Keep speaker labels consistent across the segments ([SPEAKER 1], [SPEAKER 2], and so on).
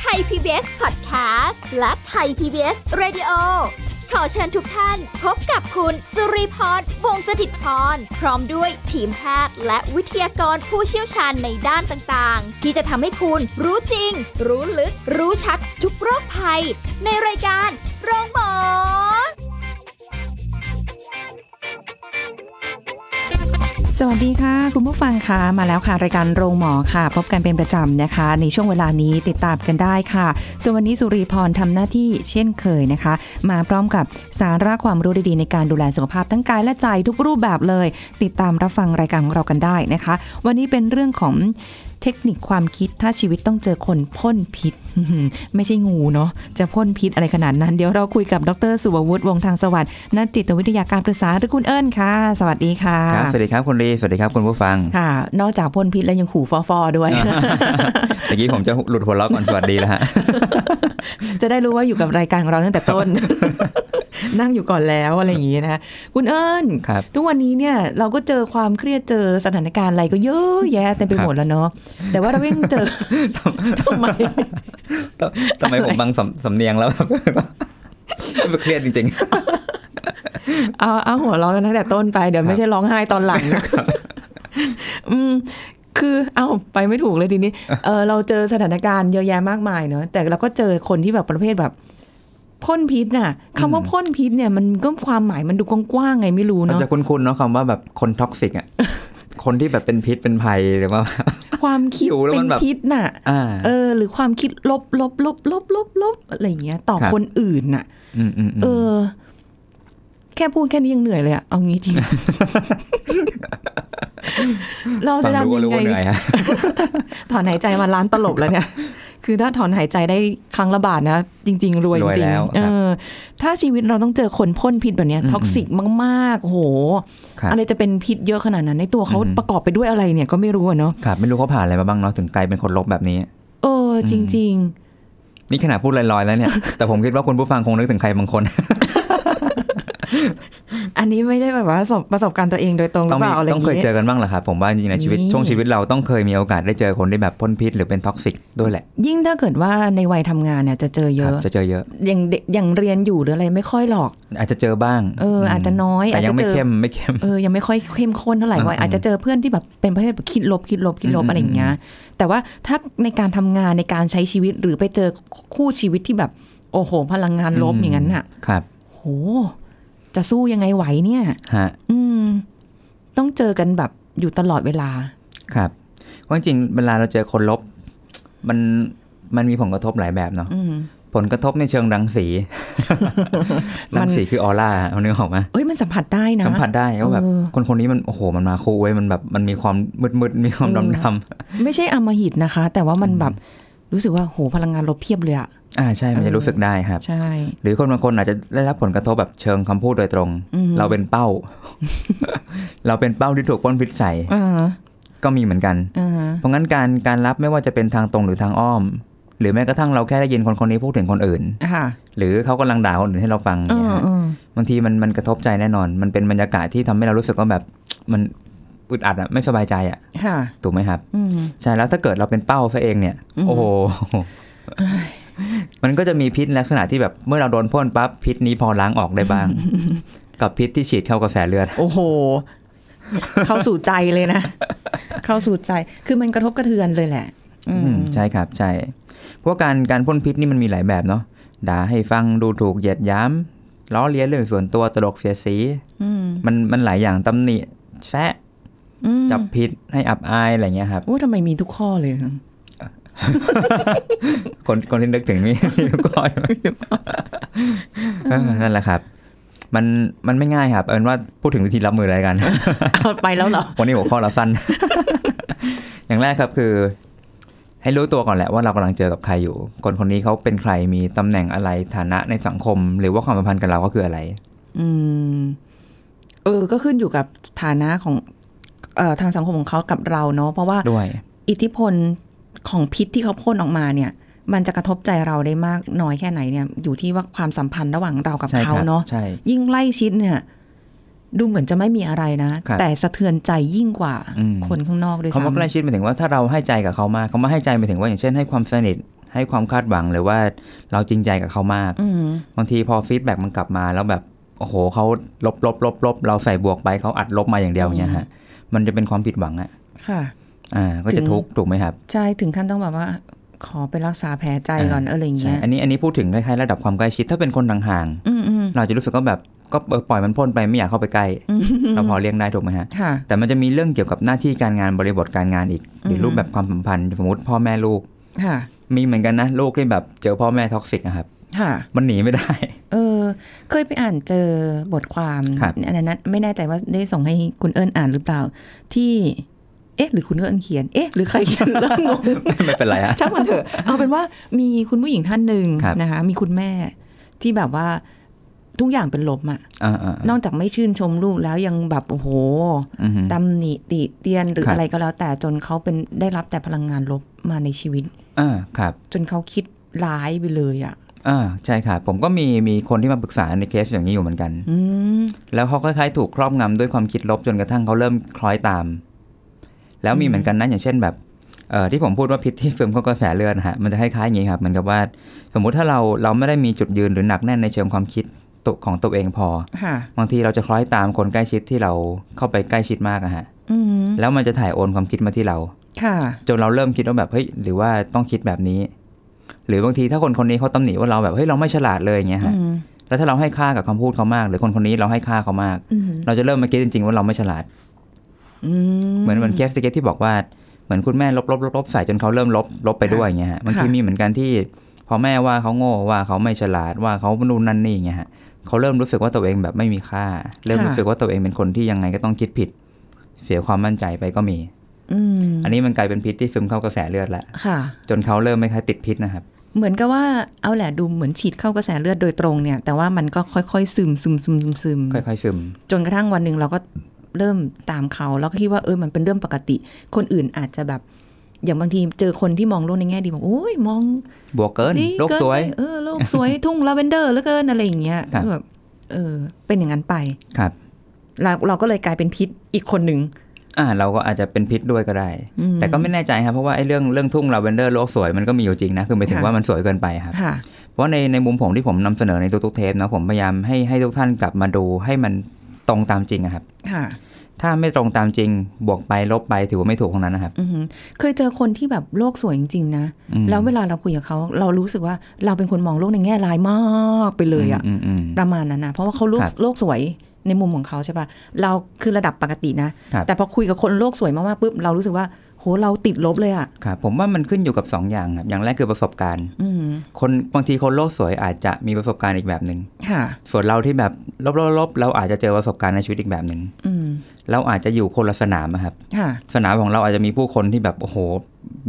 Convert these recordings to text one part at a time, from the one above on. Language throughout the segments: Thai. [SPEAKER 1] ไทย PBS Podcast และไทย PBS Radio ขอเชิญทุกท่านพบกับคุณสุริพรวงศสถิตพร พร้อมด้วยทีมแพทย์และวิทยากรผู้เชี่ยวชาญในด้านต่างๆ ที่จะทำให้คุณรู้จริง รู้ลึก รู้ชัดทุกโรคภัย ในรายการโรงพยาบาล
[SPEAKER 2] สวัสดีค่ะ คุณผู้ฟังคะมาแล้วค่ะ รายการโรงหมอค่ะ พบกันเป็นประจำนะคะ ในช่วงเวลานี้ติดตามกันได้ค่ะ ส่วนวันนี้สุริพรทำหน้าที่เช่นเคยนะคะ มาพร้อมกับสาระความรู้ดีๆในการดูแลสุขภาพทั้งกายและใจทุกรูปแบบเลย ติดตามรับฟังรายการของเรากันได้นะคะ วันนี้เป็นเรื่องของเทคนิคความคิดถ้าชีวิตต้องเจอคนพ่นพิษ ไม่ใช่งูเนาะจะพ่นพิษอะไรขนาดนั้นเดี๋ยวเราคุยกับดรสุวัวุฒิวงศ์ทางสวัสดิ์นักจิตวิทยาการปรึกษาหรือคุณเอิญค่ะ สวัสดีค่ะ
[SPEAKER 3] ครับสวัสดีครับคุณลีสวัสดีครับคุณผู้ฟัง
[SPEAKER 2] ค่ะ นอกจากพ่นพิษแล้วยังขู่ฟอฟอๆด้วย
[SPEAKER 3] เมื่อกี้ผมจะหลุดหัวเราะก่อนสวัสดีแล้วฮะ
[SPEAKER 2] จะได้รู้ว่าอยู่กับรายการของเราตั้งแต่ต้น นั่งอยู่ก่อนแล้วอะไรอย่างนี้นะคุณเอิญ
[SPEAKER 3] ครับ
[SPEAKER 2] ทุกวันนี้เนี่ยเราก็เจอความเครียดเจอสถานการณ์อะไรก็เยอะแยะเต็มไปหมดแล้วเนาะแต่ว่าเราก็ยังเจอ ทำไม
[SPEAKER 3] ทำไมผมบังสำสำเนียงแล้ว แบบ เครียดจริง
[SPEAKER 2] เอาเอาหัวเร้องกันตั้งแต่ต้นไปเดี๋ยว
[SPEAKER 3] ครับ
[SPEAKER 2] ไม่ใช่ร้องไห้ตอนหลังนะ อืมคือเอาไปไม่ถูกเลยที นี้ เออเราเจอสถานการณ์เยอะแยะมากมายเนอะแต่เราก็เจอคนที่แบบประเภทแบบพ่นพิษน่ะคำว่าพ่นพิษเนี่ยมันก็ความหมายมันดูกว้างๆไงไม่รู้
[SPEAKER 3] ๆ มัน
[SPEAKER 2] เนาะ
[SPEAKER 3] จะคุ้นๆเนาะคำว่าแบบคนท็อกซิกอ่ะ คนที่แบบเป็นพิษเป็นภัยหรือว่า
[SPEAKER 2] ความคิด
[SPEAKER 3] อยู่แล้ว
[SPEAKER 2] เป็
[SPEAKER 3] มัน นแบบ
[SPEAKER 2] พิษน่ะ
[SPEAKER 3] อ่า
[SPEAKER 2] เออ หรือความคิดลบลบลบลบลบลบอะไรอย่างเงี้ย ต่อ
[SPEAKER 3] ครับ
[SPEAKER 2] คนอื่นน่ะ
[SPEAKER 3] มอืมอืม
[SPEAKER 2] เออ แค่พูดแค่นี้ยังเหนื่อยเลยอะเอางี้จริง เรา
[SPEAKER 3] ฟั
[SPEAKER 2] จะ
[SPEAKER 3] ง
[SPEAKER 2] ทำ
[SPEAKER 3] ดูก็
[SPEAKER 2] ยั
[SPEAKER 3] รู้
[SPEAKER 2] งไง
[SPEAKER 3] ว่าเหนื่อยฮะ
[SPEAKER 2] ถอนหายใจมาล้านตลบแล้วเนี่ย คือถ้าถอนหายใจได้ครั้งละบาทนะ จริง ๆ รวย
[SPEAKER 3] รวย
[SPEAKER 2] จริง
[SPEAKER 3] แล้ว
[SPEAKER 2] ๆเออ ถ้าชีวิตเราต้องเจอคนพ่นพิษแบบเนี้ย
[SPEAKER 3] อืม
[SPEAKER 2] ท็อกซิกมากๆโอ้โห
[SPEAKER 3] ครับ
[SPEAKER 2] อะไรจะเป็นพิษเยอะขนาดนั้นในตัวเขา
[SPEAKER 3] อืม
[SPEAKER 2] ประกอบไปด้วยอะไรเนี่ยก็ไม่รู้อะเนาะ
[SPEAKER 3] ครับไม่รู้เขาผ่านอะไรมาบ้างเนาะถึงกลายเป็นคนลบแบบนี้
[SPEAKER 2] เออ จริง ๆ
[SPEAKER 3] นี่ขนาดพูดลอยๆแล้วเนี่ย แต่ผมคิดว่าคุณผู้ฟังคงนึกถึงใครบางคน
[SPEAKER 2] อันนี้ไม่ได้แบบว่าประสบประสบการณ์ตัวเองโดยตรงหรื
[SPEAKER 3] ต้
[SPEAKER 2] อง เป
[SPEAKER 3] อมี
[SPEAKER 2] ล่าอะไรอ
[SPEAKER 3] ต้อย่าง งเคย
[SPEAKER 2] เงี้
[SPEAKER 3] เจ
[SPEAKER 2] ย
[SPEAKER 3] อกันบ้างเหรอครับผมว่าจริงๆในชีวิต
[SPEAKER 2] นี่
[SPEAKER 3] ช่วงชีวิตเราต้องเคยมีโอกาสได้เจอคนที่แบบพ่นพิษหรือเป็นท็อกซิกด้วยแหละ
[SPEAKER 2] ยิ่งถ้าเกิดว่าในวัยทำงานเนี่ยจะเจอเย
[SPEAKER 3] ครับ
[SPEAKER 2] อะ
[SPEAKER 3] จะเจอเยอะ
[SPEAKER 2] อย่างเด็กอย่างเรียนอยู่หรืออะไรไม่ค่อยหรอก
[SPEAKER 3] อาจจะเจอบ้าง
[SPEAKER 2] เอออาจจะน้อย
[SPEAKER 3] แต่ยั
[SPEAKER 2] อาจ
[SPEAKER 3] ง
[SPEAKER 2] จะ
[SPEAKER 3] ไม่
[SPEAKER 2] เจอ
[SPEAKER 3] เข้มไม่เข้ม
[SPEAKER 2] เออยังไม่ค่อยเข้มข้นเท่าไหร่
[SPEAKER 3] อ่า
[SPEAKER 2] เพราะอาจจะเจอเพื่อนที่แบบเป็นประเภทแบบคิดลบคิดลบคิดลบ
[SPEAKER 3] อืม
[SPEAKER 2] อะไรอย่างเงี้ยแต่ว่าถ้าในการทำงานในการใช้ชีวิตหรือไปเจอคู่ชีวิตที่แบบโอ้โห พลังงานลบ
[SPEAKER 3] อืม
[SPEAKER 2] อย่างนั้นน่ะ
[SPEAKER 3] ครับ
[SPEAKER 2] โห จะสู้ยังไงไหวเนี่ย
[SPEAKER 3] ฮะ
[SPEAKER 2] อืม ต้องเจอกันแบบอยู่ตลอดเวลา
[SPEAKER 3] ครับเพราะจริงๆเวลาเราเจอคนลบ มันมันมีผลกระทบหลายแบบเนาะ
[SPEAKER 2] อืม
[SPEAKER 3] ผลกระทบในเชิงรังสี
[SPEAKER 2] มัน
[SPEAKER 3] รังสีคือออร่าเอาเนื้อออกไหมา
[SPEAKER 2] เอ้ยมันสัมผัสได้นะ
[SPEAKER 3] สัมผัสได้ว่าแบบ
[SPEAKER 2] เออ
[SPEAKER 3] คนคนนี้มันโอ้โหมันมาคู่เว้ยมันแบบมันมีความมืดมืดๆมีความดำดำ
[SPEAKER 2] ไม่ใช่อำมหิตนะคะ แต่ว่ามันแบบรู้สึกว่าโหพลังงานลบเพียบเลยอะ
[SPEAKER 3] อ่าใช่มันจะรู้สึกได้ครับ
[SPEAKER 2] ใช่
[SPEAKER 3] หรือคนบางคนอาจจะได้รับผลกระทบแบบเชิงคำพูดโดยตรง
[SPEAKER 2] อืม
[SPEAKER 3] เราเป็นเป้า เราเป็นเป้าที่ถูกปล้นพิษใส่
[SPEAKER 2] อ่าฮะ
[SPEAKER 3] ก็มีเหมือนกัน
[SPEAKER 2] อ่าฮะ
[SPEAKER 3] เพราะงั้นการการรับไม่ว่าจะเป็นทางตรงหรือทางอ้อม หรือแม้กระทั่งเราแค่ได้ยินคนคนนี้พูดถึงคนอื่น
[SPEAKER 2] ค่ะ
[SPEAKER 3] หรือเขากำลังด่าคนอื่นให้เราฟัง
[SPEAKER 2] เอ
[SPEAKER 3] เนี่ย
[SPEAKER 2] อ
[SPEAKER 3] ฮะ
[SPEAKER 2] เออบ
[SPEAKER 3] างทีมันมันกระทบใจแน่นอน มันเป็นบรรยากาศที่ทำให้เรารู้สึกว่าแบบ มันอึดอัดอะไม่สบายใจอะ
[SPEAKER 2] ค่ะ
[SPEAKER 3] ถูกไหมครับ
[SPEAKER 2] อืม
[SPEAKER 3] ใช่แล้วถ้าเกิดเราเป็นเป้าซะเองเนี่ย
[SPEAKER 2] อืม
[SPEAKER 3] โอ้โห มันก็จะมีพิษลักษณะที่แบบเมื่อเราโดนพ่นปั๊บพิษนี้พอล้างออกได้ บ้าง กับพิษที่ฉีดเข้ากระแสเลือด
[SPEAKER 2] โอ้โห เข้าสู่ใจเลยนะ เข้าสู่ใจ คือมันกระทบกระเทือนเลยแหละ อืม
[SPEAKER 3] อืมใช่ครับใช่เพราะการการพ่นพิษนี่มันมีหลายแบบเนาะด่าให้ฟังดูถูกเหยียดหย้ำล้อเลียนเรื่องส่วนตัวตลกเสียดสี
[SPEAKER 2] อืม
[SPEAKER 3] มันมันหลายอย่างตำหนิแซะ
[SPEAKER 2] อืม
[SPEAKER 3] จับผิดให้อับอายอะไรเงี้ยครับ
[SPEAKER 2] โอ้ทำไมมีทุกข้อเลยคะ
[SPEAKER 3] คนคนที่นึกถึงนี่ นิ้วก้อยเออนั่นแหละครับ มันมันไม่ง่ายครับ เอาเป็นว่าพูดถึงวิธีรับมืออะไรกัน
[SPEAKER 2] เอาไปแล้วเหรอ
[SPEAKER 3] วันนี้หัวข้อเราสั้น อย่างแรกครับคือ ให้รู้ตัวก่อนแหละว่าเรากำลังเจอกับใครอยู่ คนคนนี้เขาเป็นใครมีตำแหน่งอะไรฐานะในสังคม หรือว่าความสัมพันธ์กับเราก็คืออะไร
[SPEAKER 2] อืม เออ ก็ขึ้นอยู่กับฐานะของ เอ่อ ทางสังคมของเขากับเราเนาะ เพราะว่า
[SPEAKER 3] ด้วย
[SPEAKER 2] อิทธิพลของพิษที่เขาพ่นออกมาเนี่ย มันจะกระทบใจเราได้มากน้อยแค่ไหนเนี่ย อยู่ที่ว่าความสัมพันธ์ระหว่างเรากับ
[SPEAKER 3] ใช่ค
[SPEAKER 2] เขา
[SPEAKER 3] รับ
[SPEAKER 2] เนาะ
[SPEAKER 3] ใช่
[SPEAKER 2] ยิ่งใกล้ชิดเนี่ย ดูเหมือนจะไม่มีอะไรนะ
[SPEAKER 3] ครับ
[SPEAKER 2] แต่สะเทือนใจยิ่งกว่า
[SPEAKER 3] อืม
[SPEAKER 2] คนข้างนอกด้วย
[SPEAKER 3] เขามา
[SPEAKER 2] ซ้ำ
[SPEAKER 3] ใกล้ชิดหมายถึงว่าถ้าเราให้ใจกับเขามากเขามาให้ใจหมายถึงว่าอย่างเช่นให้ความสนิทให้ความคาดหวังหรือว่าเราจริงใจกับเขามาก
[SPEAKER 2] อืม
[SPEAKER 3] บางทีพอฟีดแบ็กมันกลับมาแล้วแบบโอ้โหเขาลบลบลบลบเราใส่บวกไปเขาอัดลบมาอย่างเดียวอย่างเงี้ยฮะมันจะเป็นความผิดหวังอะ
[SPEAKER 2] ค่ะ
[SPEAKER 3] อ่า ก็
[SPEAKER 2] ถึ
[SPEAKER 3] จะ
[SPEAKER 2] ง
[SPEAKER 3] ทุกข์ถูกไหมครับ
[SPEAKER 2] ใช่ถึงขั้นต้องแบบว่า ขอไปรักษาแผลใจก่อนเอออะไรอย่าง
[SPEAKER 3] ใช่
[SPEAKER 2] เงี้ย
[SPEAKER 3] อันนี้อันนี้พูดถึงคล้ายๆระดับความใกล้ชิดถ้าเป็นคนห่าง
[SPEAKER 2] อืมอืม
[SPEAKER 3] ๆเราจะรู้สึกก็แบบก็เออปล่อยมันพ่นไปไม่อยากเข้าไปใกล้ เราพอเลี่ยงได้ถูกไหมฮะ
[SPEAKER 2] ค่ะ
[SPEAKER 3] แต่มันจะมีเรื่องเกี่ยวกับหน้าที่การงานบริบทการงานอีก หรือ
[SPEAKER 2] ม
[SPEAKER 3] รูปแบบความสัมพันธ์สมมติพ่อแม่ลูก
[SPEAKER 2] ค่ะ
[SPEAKER 3] มีเหมือนกันนะลูกที่แบบเจอพ่อแม่ท็อกซิกนะครับ
[SPEAKER 2] ค่ะ
[SPEAKER 3] มันหนีไม่ได้
[SPEAKER 2] เออเคยไปอ่านเจอบทความ
[SPEAKER 3] ครับ
[SPEAKER 2] อันนั้นนะไม่แน่ใจว่าได้ส่งให้คุณเอิญอ่านหรือเปล่า ที่ เอ๊ะ หรือคุณเอิญเขียน เอ๊ะ หรือใครเขียนเริ่มงง
[SPEAKER 3] ไม่เป็นไรฮะ
[SPEAKER 2] ช่างมันเถอะ เอาเป็นว่ามีคุณผู้หญิงท่านหนึ่ง
[SPEAKER 3] ครับ
[SPEAKER 2] นะคะ มีคุณแม่ที่แบบว่าทุกอย่างเป็นลบอะ
[SPEAKER 3] อ่าๆ
[SPEAKER 2] นอกจากไม่ชื่นชมลูกแล้วยังแบบโอ้โห
[SPEAKER 3] อือฮึ
[SPEAKER 2] ตำหนิติเตียนหรือ
[SPEAKER 3] ครับ
[SPEAKER 2] อะไรก็แล้วแต่จนเขาเป็นได้รับแต่พลังงานลบมาในชีวิต
[SPEAKER 3] อ่าครับ
[SPEAKER 2] จนเขาคิดร้ายไปเลยอะ
[SPEAKER 3] อ่าใช่ครับผมก็มีมีคนที่มาปรึกษาในเคสอย่างนี้อยู่เหมือนกัน
[SPEAKER 2] อืม
[SPEAKER 3] แล้วเขาคล้ายๆถูกครอบงำด้วยความคิดลบจนกระทั่งเขาเริ่มคล้อยตาม แล้วมีเหมือนกันนะอย่างเช่นแบบเอ่อที่ผมพูดว่าพิษที่เฟิร์มเข้ากระแสเลือดนะฮะมันจะคล้ายๆอย่างนี้ครับเหมือนกับว่า สมมุติถ้าเราเราไม่ได้มีจุดยืนหรือหนักแน่นในเชิงความคิดตัวของตัวเองพอ
[SPEAKER 2] ค่ะ
[SPEAKER 3] บางทีเราจะคล้อยตามคนใกล้ชิดที่เราเข้าไปใกล้ชิดมากอะฮะ
[SPEAKER 2] อืม
[SPEAKER 3] แล้วมันจะถ่ายโอนความคิดมาที่เรา
[SPEAKER 2] ค่ะ
[SPEAKER 3] จนเราเริ่มคิดว่าแบบเฮ้ยหรือว่าต้องคิดแบบนี้ หรือบางทีถ้าคนคนนี้เขาตำหนิว่าเราแบบเฮ้ยเราไม่ฉลาดเลยอย่างเงี้ย
[SPEAKER 2] อื
[SPEAKER 3] ฮะ
[SPEAKER 2] ม
[SPEAKER 3] แล้วถ้าเราให้ค่ากับคำพูดเขามาก หรือคนคนนี้เราให้ค่าเขามาก
[SPEAKER 2] อืม
[SPEAKER 3] เราจะเริ่มมาคิดจริงๆว่าเราไม่ฉลาดเหมือนเหมือนเคสติเกตที่บอกว่าเหมือนคุณแม่ลบลบลบลบใส่จนเขาเริ่มลบลบไปด้วยอย่างเงี้ยฮะบางทีมีเหมือนกันที่พอแม่ว่าเขาโง่ว่าเขาไม่ฉลาดว่าเขานู่นนั่นนี่อย่างเงี้ยฮะเขาเริ่มรู้สึกว่าตัวเองแบบไม่มีค่า เริ่มรู้สึกว่าตัวเองเป็นคนที่ยังไงก็ต้องคิดผิด เสียความมั่นใจไปก็มี
[SPEAKER 2] อืม
[SPEAKER 3] อันนี้มันกลายเป็นพิษที่ซึมเข้ากระแสเลือดละ
[SPEAKER 2] ค่ะ
[SPEAKER 3] จนเขาเริ่มไม่ค่อยติดพิษนะครับ
[SPEAKER 2] เหมือนกับว่าเอาแหละดูเหมือนฉีดเข้ากระแสเลือดโดยตรงเนี่ย แต่ว่ามันก็ค่อยๆซึมซึมซึมซึมซึม
[SPEAKER 3] ค่อยๆซึม
[SPEAKER 2] จนกระทั่งวันหนึ่งเราก็เริ่มตามเขาแล้วก็คิดว่าเออมันเป็นเรื่องปกติ คนอื่นอาจจะแบบ อย่างบางทีเจอคนที่มองโลกในแง่ดีบอกโอ้ยมอง
[SPEAKER 3] บวกเกิน
[SPEAKER 2] ดี
[SPEAKER 3] โรค
[SPEAKER 2] เกิน
[SPEAKER 3] สวย
[SPEAKER 2] ไปเออโลกสวย ทุ่งลาเวนเดอร์เหลือเกินอะไรอย่างเงี้ย
[SPEAKER 3] ครับ
[SPEAKER 2] ก็แบบเออ เป็นอย่างนั้นไป
[SPEAKER 3] ครับ
[SPEAKER 2] เราเราก็เลยกลายเป็นพิษอีกคนหนึ่ง
[SPEAKER 3] อ่า เราก็อาจจะเป็นพิษด้วยก็ได้
[SPEAKER 2] อืม
[SPEAKER 3] แต่ก็ไม่แน่ใจครับ เพราะว่าไอ้เรื่องเรื่องทุ่งลาเวนเดอร์โลกสวยมันก็มีอยู่จริงนะ คือหมายถึง
[SPEAKER 2] ค่ะ
[SPEAKER 3] ว่ามันสวยเกินไปครับ
[SPEAKER 2] ค่ะ
[SPEAKER 3] เพราะในในมุมผมที่ผมนำเสนอในทุกๆเทปนะผมพยายามให้ให้ทุกท่านกลับมาดูให้มันตรงตามจริงอะครับ
[SPEAKER 2] ค่ะ
[SPEAKER 3] ถ้าไม่ตรงตามจริง บวกไปลบไปถือว่าไม่ถูกตรงนั้นนะครับ
[SPEAKER 2] อือหือเคยเจอคนที่แบบโลกสวยจริงๆนะ
[SPEAKER 3] อืม
[SPEAKER 2] แล้วเวลาเราคุยกับเขาเรารู้สึกว่าเราเป็นคนมองโลกในแง่ร้ายมากไปเลยอะ
[SPEAKER 3] มอืม
[SPEAKER 2] ประมาณนั้นนะเพราะว่าเขาโลก
[SPEAKER 3] ครับ
[SPEAKER 2] โลกสวยในมุมของเขาใช่ปะเราคือระดับปกตินะ
[SPEAKER 3] ครับ
[SPEAKER 2] แต่พอคุยกับคนโลกสวยมากๆปุ๊บเรารู้สึกว่า โหเราติดลบเลยอะ่ะ
[SPEAKER 3] ครับผมว่ามันขึ้นอยู่กับสองอย่างครับอย่างแรกคือประสบการณ์
[SPEAKER 2] อืม
[SPEAKER 3] คนบางทีคนโลกสวยอาจจะมีประสบการณ์อีกแบบหนึ่ง
[SPEAKER 2] ค่ะ
[SPEAKER 3] ส่วนเราที่แบบลบๆๆเราอาจจะเจอประสบการณ์ในชีวิตอีกแบบหนึ่ง
[SPEAKER 2] อืม
[SPEAKER 3] เราอาจจะอยู่คนละสนามอะครับ
[SPEAKER 2] ค่ะ
[SPEAKER 3] สนามของเราอาจจะมีผู้คนที่แบบโอ้โห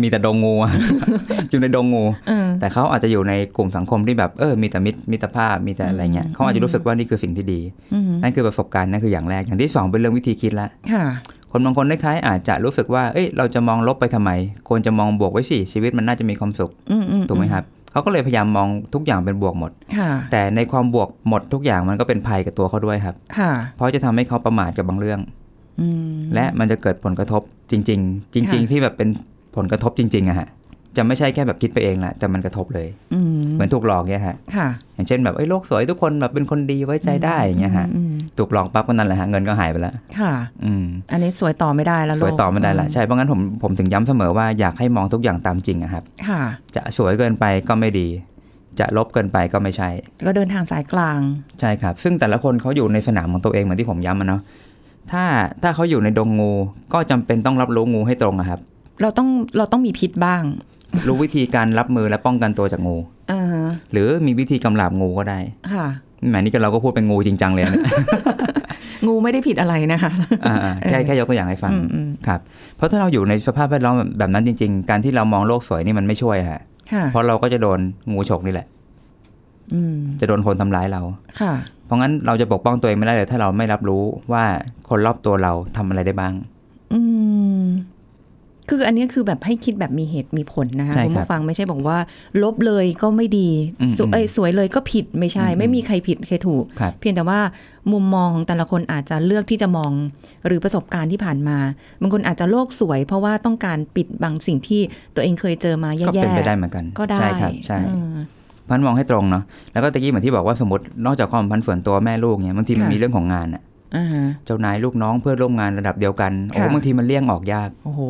[SPEAKER 3] มีแต่ดงงูอะ อยู่ในดงงู
[SPEAKER 2] เออ
[SPEAKER 3] แต่เขาอาจจะอยู่ในกลุ่มสังคมที่แบบเออมีแต่มิตรมิตรภาพมีแต่อะไรเงี้ย
[SPEAKER 2] อืม
[SPEAKER 3] เขาอาจจะรู้สึกว่านี่คือสิ่งที่ดี
[SPEAKER 2] อืม
[SPEAKER 3] นั่นคือประสบการณ์นั่นคืออย่างแรกอย่างที่สองเป็นเรื่องวิธีคิดละ
[SPEAKER 2] ค่ะ
[SPEAKER 3] คนบางคนคล้ายๆอาจจะรู้สึกว่าเอ้ยเราจะมองลบไปทำไม ควรจะมองบวกไว้สิชีวิตมันน่าจะมีความสุข
[SPEAKER 2] อืมอื
[SPEAKER 3] ถูกไหมครับเขาก็เลยพยายามมองทุกอย่างเป็นบวกหมด
[SPEAKER 2] ค่ะ
[SPEAKER 3] แต่ในความบวกหมดทุกอย่างมันก็เป็นภัยกับตัวเขาด้วยครับ
[SPEAKER 2] ค่ะ
[SPEAKER 3] เพราะจะทำให้เขาประมาทกับบางเรื่อง
[SPEAKER 2] อืม
[SPEAKER 3] และมันจะเกิดผลกระทบจริง ๆ จริง
[SPEAKER 2] ค่ะ
[SPEAKER 3] ๆ ที่แบบเป็นผลกระทบจริงๆอะฮะจะไม่ใช่แค่แบบคิดไปเองแหละแต่มันกระทบเลย
[SPEAKER 2] อืม
[SPEAKER 3] เหมือนถูกหลอกเนี่ยฮะ
[SPEAKER 2] ค่ะ
[SPEAKER 3] อย่างเช่นแบบเอ้ยโลกสวยทุกคนแบบเป็นคนดีไว้ใจได้อย่างเงี้ยฮะ
[SPEAKER 2] อืม
[SPEAKER 3] ถูกหลอกปั๊บก็นั่นแหละฮะเงินก็หายไปละ
[SPEAKER 2] ค่ะ
[SPEAKER 3] อืม
[SPEAKER 2] อันนี้สวยต่อไม่ได้แล้ว
[SPEAKER 3] สวย
[SPEAKER 2] โก
[SPEAKER 3] ต่อไม่ได้ละใช่เพราะงั้นผมผมถึงย้ำเสมอว่าอยากให้มองทุกอย่างตามจริงอะครับ
[SPEAKER 2] ค่ะ
[SPEAKER 3] จะสวยเกินไปก็ไม่ดี จะลบเกินไปก็ไม่ใช่
[SPEAKER 2] ก็เดินทางสายกลาง
[SPEAKER 3] ใช่ครับ ซึ่งแต่ละคนเขาอยู่ในสนามของตัวเองเหมือนที่ผมย้ำมาเนาะถ้าถ้าเขาอยู่ในดงงูก็จำเป็นต้องรับรู้งูให้ตรงอะครับ
[SPEAKER 2] เราต้องเราต้องมีพิษบ้าง
[SPEAKER 3] รู้วิธีการรับมือและป้องกันตัวจากงู
[SPEAKER 2] อ่าฮะ
[SPEAKER 3] หรือมีวิธีกำราบงูก็ได้
[SPEAKER 2] ค่ะ
[SPEAKER 3] แหมนี่ก็เราก็พูดเป็นงูจริงจังเลยนะ
[SPEAKER 2] งูไม่ได้ผิดอะไรนะคะ
[SPEAKER 3] อ่าๆแค่แค่ยกตัวอย่างให้ฟัง
[SPEAKER 2] อืมอืม
[SPEAKER 3] ครับ เพราะถ้าเราอยู่ในสภาพแวดล้อมแบบแบบนั้นจริง ๆ การที่เรามองโลกสวยนี่มันไม่ช่วยฮะ
[SPEAKER 2] ค่ะ
[SPEAKER 3] เพราะเราก็จะโดนงูฉกนี่แหละ
[SPEAKER 2] อืม
[SPEAKER 3] จะโดนคนทำร้ายเรา
[SPEAKER 2] ค่ะ
[SPEAKER 3] เพราะงั้นเราจะปกป้องตัวเองไม่ได้เลย ถ้าเราไม่รับรู้ว่าคนรอบตัวเราทำอะไรได้บ้าง
[SPEAKER 2] อืม คืออันนี้คือแบบให้คิดแบบมีเหตุมีผลนะคะ
[SPEAKER 3] ใช่ครั
[SPEAKER 2] คุณ
[SPEAKER 3] บ
[SPEAKER 2] ผู้ฟังไม่ใช่บอกว่า ลบเลยก็ไม่ดี
[SPEAKER 3] อืม
[SPEAKER 2] สวยเอ้ยสวยเลยก็ผิดไม่ใช่
[SPEAKER 3] อืม
[SPEAKER 2] ไม่มีใครผิดใครถูก
[SPEAKER 3] ครับ
[SPEAKER 2] เพียงแต่ว่ามุมมองของแต่ละคนอาจจะเลือกที่จะมองหรือประสบการณ์ที่ผ่านมาบางคนอาจจะโลกสวย เพราะว่าต้องการปิดบังสิ่งที่ตัวเองเคยเจอมาแย่ๆ
[SPEAKER 3] ก็เป็นไปได้เหมือนกัน
[SPEAKER 2] ก็ได้
[SPEAKER 3] ใช่ครับใช่
[SPEAKER 2] เออ
[SPEAKER 3] พันมองให้ตรงเนาะแล้วก็ตะกี้เหมือนที่บอกว่าสมมตินอกจากความพันส่วนตัวแม่ลูกเนี่ยบางทีมัน
[SPEAKER 2] ค่ะ
[SPEAKER 3] มีเรื่องของงานอะ
[SPEAKER 2] อ่า
[SPEAKER 3] เจ้านายลูกน้องเพื่อนร่วมงานระดับเดียวกันโอ้
[SPEAKER 2] ค่ะ
[SPEAKER 3] บางทีมันเลี่ยงออกยาก
[SPEAKER 2] โอ้โห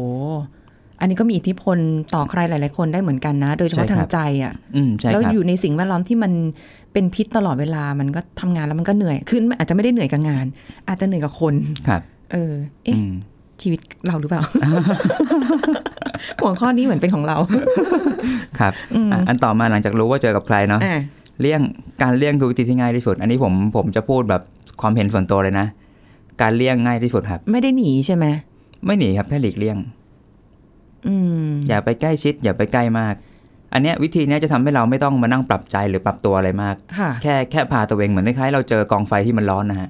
[SPEAKER 2] อันนี้ก็มีอิทธิพลต่อใครหลาย ๆ คนได้เหมือนกันนะ โดยเฉพาะ
[SPEAKER 3] ใช่ครั
[SPEAKER 2] ทา
[SPEAKER 3] บ
[SPEAKER 2] งใจอ่ะ
[SPEAKER 3] อืมใช่
[SPEAKER 2] แล้ว
[SPEAKER 3] ครับ
[SPEAKER 2] อยู่ในสิ่งแวดล้อมที่มันเป็นพิษตลอดเวลา มันก็ทำงานแล้วมันก็เหนื่อย คืออาจจะไม่ได้เหนื่อยกับงาน อาจจะเหนื่อยกับคน
[SPEAKER 3] ครับ
[SPEAKER 2] เออ
[SPEAKER 3] อื
[SPEAKER 2] เอ๊ะ
[SPEAKER 3] ม
[SPEAKER 2] ชีวิตเราหรือเปล่า หัวข้อนี้เหมือนเป็นของเรา
[SPEAKER 3] ครับ
[SPEAKER 2] อืม
[SPEAKER 3] อ่ะอันต่อมาหลังจากรู้ว่าเจอกับใครเนาะ
[SPEAKER 2] อ่ะ
[SPEAKER 3] เลี่ยงการเลี่ยงคือวิธีที่ง่ายที่สุด อันนี้ผมผมจะพูดแบบความเห็นส่วนตัวเลยนะ การเลี่ยงง่ายที่สุดครับ
[SPEAKER 2] ไม่ได้หนีใช่ไหม
[SPEAKER 3] ไม่หนีครับแค่หลีกเลี่ยง
[SPEAKER 2] อืม
[SPEAKER 3] อย่าไปใกล้ชิด อย่าไปใกล้มาก อันเนี้ยวิธีเนี้ยจะทำให้เราไม่ต้องมานั่งปรับใจหรือปรับตัวอะไรมาก
[SPEAKER 2] ค่ะ
[SPEAKER 3] แค่แค่พาตัวเองเหมือนคล้ายๆเราเจอกองไฟที่มันร้อนนะฮะ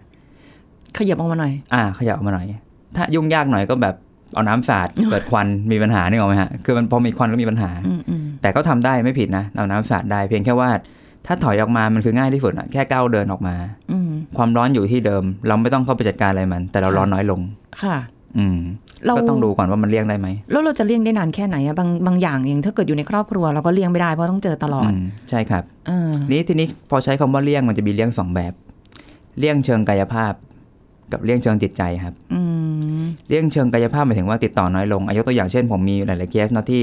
[SPEAKER 2] ขยับออกมาหน่อย
[SPEAKER 3] อ่าขยับออกมาหน่อย ถ้ายุ่งยากหน่อยก็แบบเอาน้ำ สาด เกิดควันมีปัญหานี่หรอกไหมฮะคือมันพอมีควันก็มีปัญหา
[SPEAKER 2] อืมอืม
[SPEAKER 3] แต่ก็ทำได้ไม่ผิดนะเอาน้ำสาดได้เพียงแค่ว่า ถ้าถอยออกมามันคือง่ายที่สุดอะแค่ก้าวเดินออกมา
[SPEAKER 2] อืม
[SPEAKER 3] ความร้อนอยู่ที่เดิม เราไม่ต้องเข้าไปจัดการอะไรมัน แต่เราร้อนน้อยลง
[SPEAKER 2] ค่ะ
[SPEAKER 3] อืม
[SPEAKER 2] เรา
[SPEAKER 3] ก็ต้องดูก่อนว่ามันเลี่ยงได้ไหม
[SPEAKER 2] แล้วเราจะเลี่ยงได้นานแค่ไหนอะบางบางอย่างอย่างถ้าเกิดอยู่ในครอบครัวเราก็เลี่ยงไม่ได้เพราะต้องเจอตลอด
[SPEAKER 3] มใช่ครับ
[SPEAKER 2] เออ
[SPEAKER 3] นี้ทีนี้พอใช้คำว่าเลี่ยงมันจะมีเลี่ยงสองแบบ เลี่ยงเชิงกายภาพ กับเลี่ยงเชิงจิตใจครับ
[SPEAKER 2] อืม
[SPEAKER 3] เรื่องเชิงกายภาพหมายถึงว่าติดต่อน้อยลงอายกตัวอย่างเช่นผมมีหลายๆเคสเนาะที่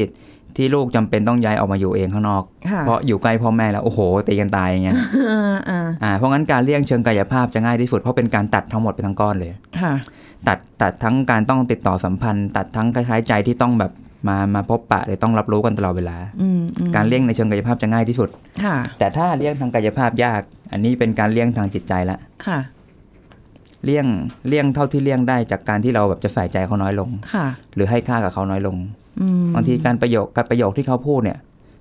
[SPEAKER 3] ที่ลูกจำเป็นต้องย้ายออกมาอยู่เองข้างนอก
[SPEAKER 2] ค่ะ
[SPEAKER 3] เพราะอยู่ใกล้พ่อแม่แล้ว โอ้โหตีกันตายอย่างเงี้ย
[SPEAKER 2] เอออ่า
[SPEAKER 3] อ่าเพราะงั้นการเลี่ยงเชิงกายภาพจะง่ายที่สุดเพราะเป็นการตัดทั้งหมดไปทั้งก้อนเลย
[SPEAKER 2] ค่ะ
[SPEAKER 3] ตัดตัดทั้งการต้องติดต่อสัมพันธ์ ตัดทั้งคล้ายๆใจที่ต้องแบบมามาพบปะหรือต้องรับรู้กันตลอดเวลา
[SPEAKER 2] อืมอืม
[SPEAKER 3] การเลี่ยงในเชิงกายภาพจะง่ายที่สุด
[SPEAKER 2] ค่ะ
[SPEAKER 3] แต่ถ้าเลี่ยงทางกายภาพยาก อันนี้เป็นการเลี่ยงทางจิตใจละ
[SPEAKER 2] ค่ะ
[SPEAKER 3] เลี่ยงเลี่ยงเท่าที่เลี่ยงได้จากการที่เราแบบจะใส่ใจเขาน้อยลง
[SPEAKER 2] ค่ะ
[SPEAKER 3] หรือให้ค่ากับเขาน้อยลง
[SPEAKER 2] อืม
[SPEAKER 3] บางทีการประโยคการประโยคที่เขาพูดเนี่ย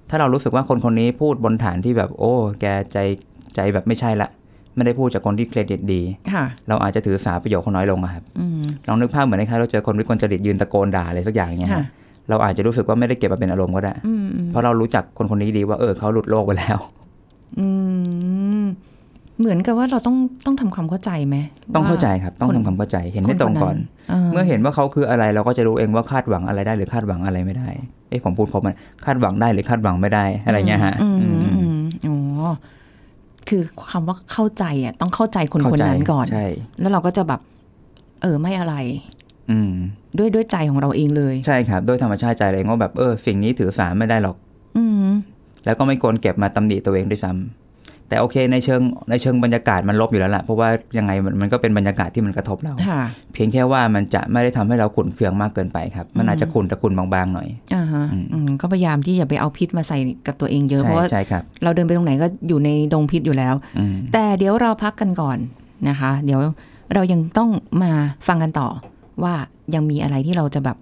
[SPEAKER 3] ถ้าเรารู้สึกว่าคนคนนี้พูดบนฐานที่แบบ โอ้ แกใจใจแบบไม่ใช่ละ ไม่ได้พูดจากคนที่เครดิตดี
[SPEAKER 2] ค่ะ
[SPEAKER 3] เราอาจจะถือสาประโยคเขาน้อยลงอะครับ
[SPEAKER 2] อืม
[SPEAKER 3] ลองนึกภาพเหมือนคล้ายๆเราเจอคนวิกลจริตยืนตะโกนด่าอะไรสักอย่างเนี่ยฮะ
[SPEAKER 2] ค่ะ
[SPEAKER 3] เราอาจจะรู้สึกว่าไม่ได้เก็บมาเป็นอารมณ์ก็ได้
[SPEAKER 2] อืมอืม
[SPEAKER 3] เพราะเรารู้จักคนคนนี้ดีว่าเออเขาหลุดโลกไปแล้ว
[SPEAKER 2] อืม เหมือนกับว่าเราต้องต้องทำความเข้าใจไหม
[SPEAKER 3] ต้องเข้าใจ
[SPEAKER 2] ว่
[SPEAKER 3] ครับ ต้องทำความเข้าใจเห็นไม่ตรงก่อน
[SPEAKER 2] คค
[SPEAKER 3] เมื่อเห็นว่าเขาคืออะไรเราก็จะรู้เองว่าคาดหวังอะไรได้หรือคาดหวังอะไรไม่ได้เอ้ผมพูดเขามันคาดหวังได้หรือคาดหวังไม่ได้อะไรเงี้ยฮะ
[SPEAKER 2] อืมอืม
[SPEAKER 3] อืม
[SPEAKER 2] อืมอ๋อคือคำว่าเข้าใจอ่ะ ต้องเข้าใจคนคนนั้นก่อน
[SPEAKER 3] ใช่
[SPEAKER 2] แล้วเราก็จะแบบ เออไม่อะไร
[SPEAKER 3] อืม
[SPEAKER 2] ด้วยด้วยใจของเราเองเลย
[SPEAKER 3] ใช่ครับ โดยธรรมชาติใจเราเองว่าแบบเออสิ่งนี้ถือสารไม่ได้หรอก
[SPEAKER 2] อืม
[SPEAKER 3] แล้วก็ไม่ควรเก็บมาตำหนิตัวเองด้วยซ้ำแต่โอเคในเชิงในเชิงบรรยากาศมันลบอยู่แล้วล่ะ เพราะว่ายังไงมันมันก็เป็นบรรยากาศที่มันกระทบ เรา
[SPEAKER 2] ค่ะ
[SPEAKER 3] เพียงแค่ว่ามันจะไม่ได้ทำให้เราขุนเคืองมากเกินไปครับ มันอาจจะขุนแต่ขุนบางๆหน่อย
[SPEAKER 2] อ่าฮะ
[SPEAKER 3] อืม
[SPEAKER 2] อืมก็พยายามที่อย่าไปเอาพิษมาใส่กับตัวเองเยอะ เพ
[SPEAKER 3] ใช่
[SPEAKER 2] ราะว่า
[SPEAKER 3] ใช่ครับ
[SPEAKER 2] เราเดินไปตรงไหนก็อยู่ในดงพิษอยู่แล้ว
[SPEAKER 3] อืม
[SPEAKER 2] แต่เดี๋ยวเราพักกันก่อนนะคะ เดี๋ยวเรายังต้องมาฟังกันต่อว่ายังมีอะไรที่เราจะแบบ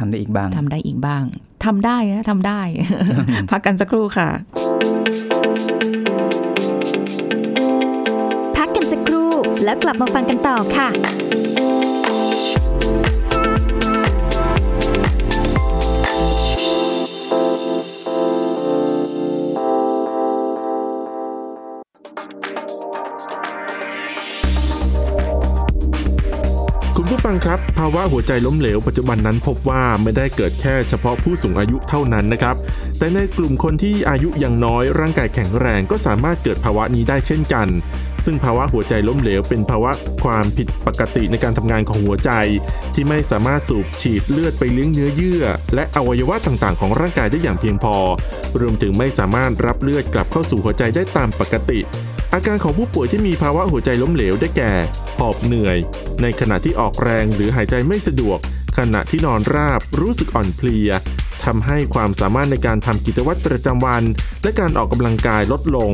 [SPEAKER 3] ทำได้อีกบ้าง
[SPEAKER 2] ทำได้อีกบ้างทำได้นะทำได้ พักกันสักครู่ค่ะ
[SPEAKER 1] พักกันสักครู่แล้วกลับมาฟังกันต่อค่ะ
[SPEAKER 4] คุณผู้ฟังครับ ภาวะหัวใจล้มเหลวปัจจุบันนั้นพบว่าไม่ได้เกิดแค่เฉพาะผู้สูงอายุเท่านั้นนะครับ แต่ในกลุ่มคนที่อายุยังน้อยร่างกายแข็งแรงก็สามารถเกิดภาวะนี้ได้เช่นกัน ซึ่งภาวะหัวใจล้มเหลวเป็นภาวะความผิดปกติในการทำงานของหัวใจ ที่ไม่สามารถสูบฉีดเลือดไปเลี้ยงเนื้อเยื่อ และอวัยวะต่างๆ ของร่างกายได้อย่างเพียงพอ รวมถึงไม่สามารถรับเลือดกลับเข้าสู่หัวใจได้ตามปกติ อาการของผู้ป่วยที่มีภาวะหัวใจล้มเหลวได้แก่ หอบเหนื่อย ในขณะที่ออกแรงหรือหายใจไม่สะดวก ขณะที่นอนราบรู้สึกอ่อนเพลียทำให้ความสามารถในการทำกิจวัตรประจำวัน และการออกกำลังกายลดลง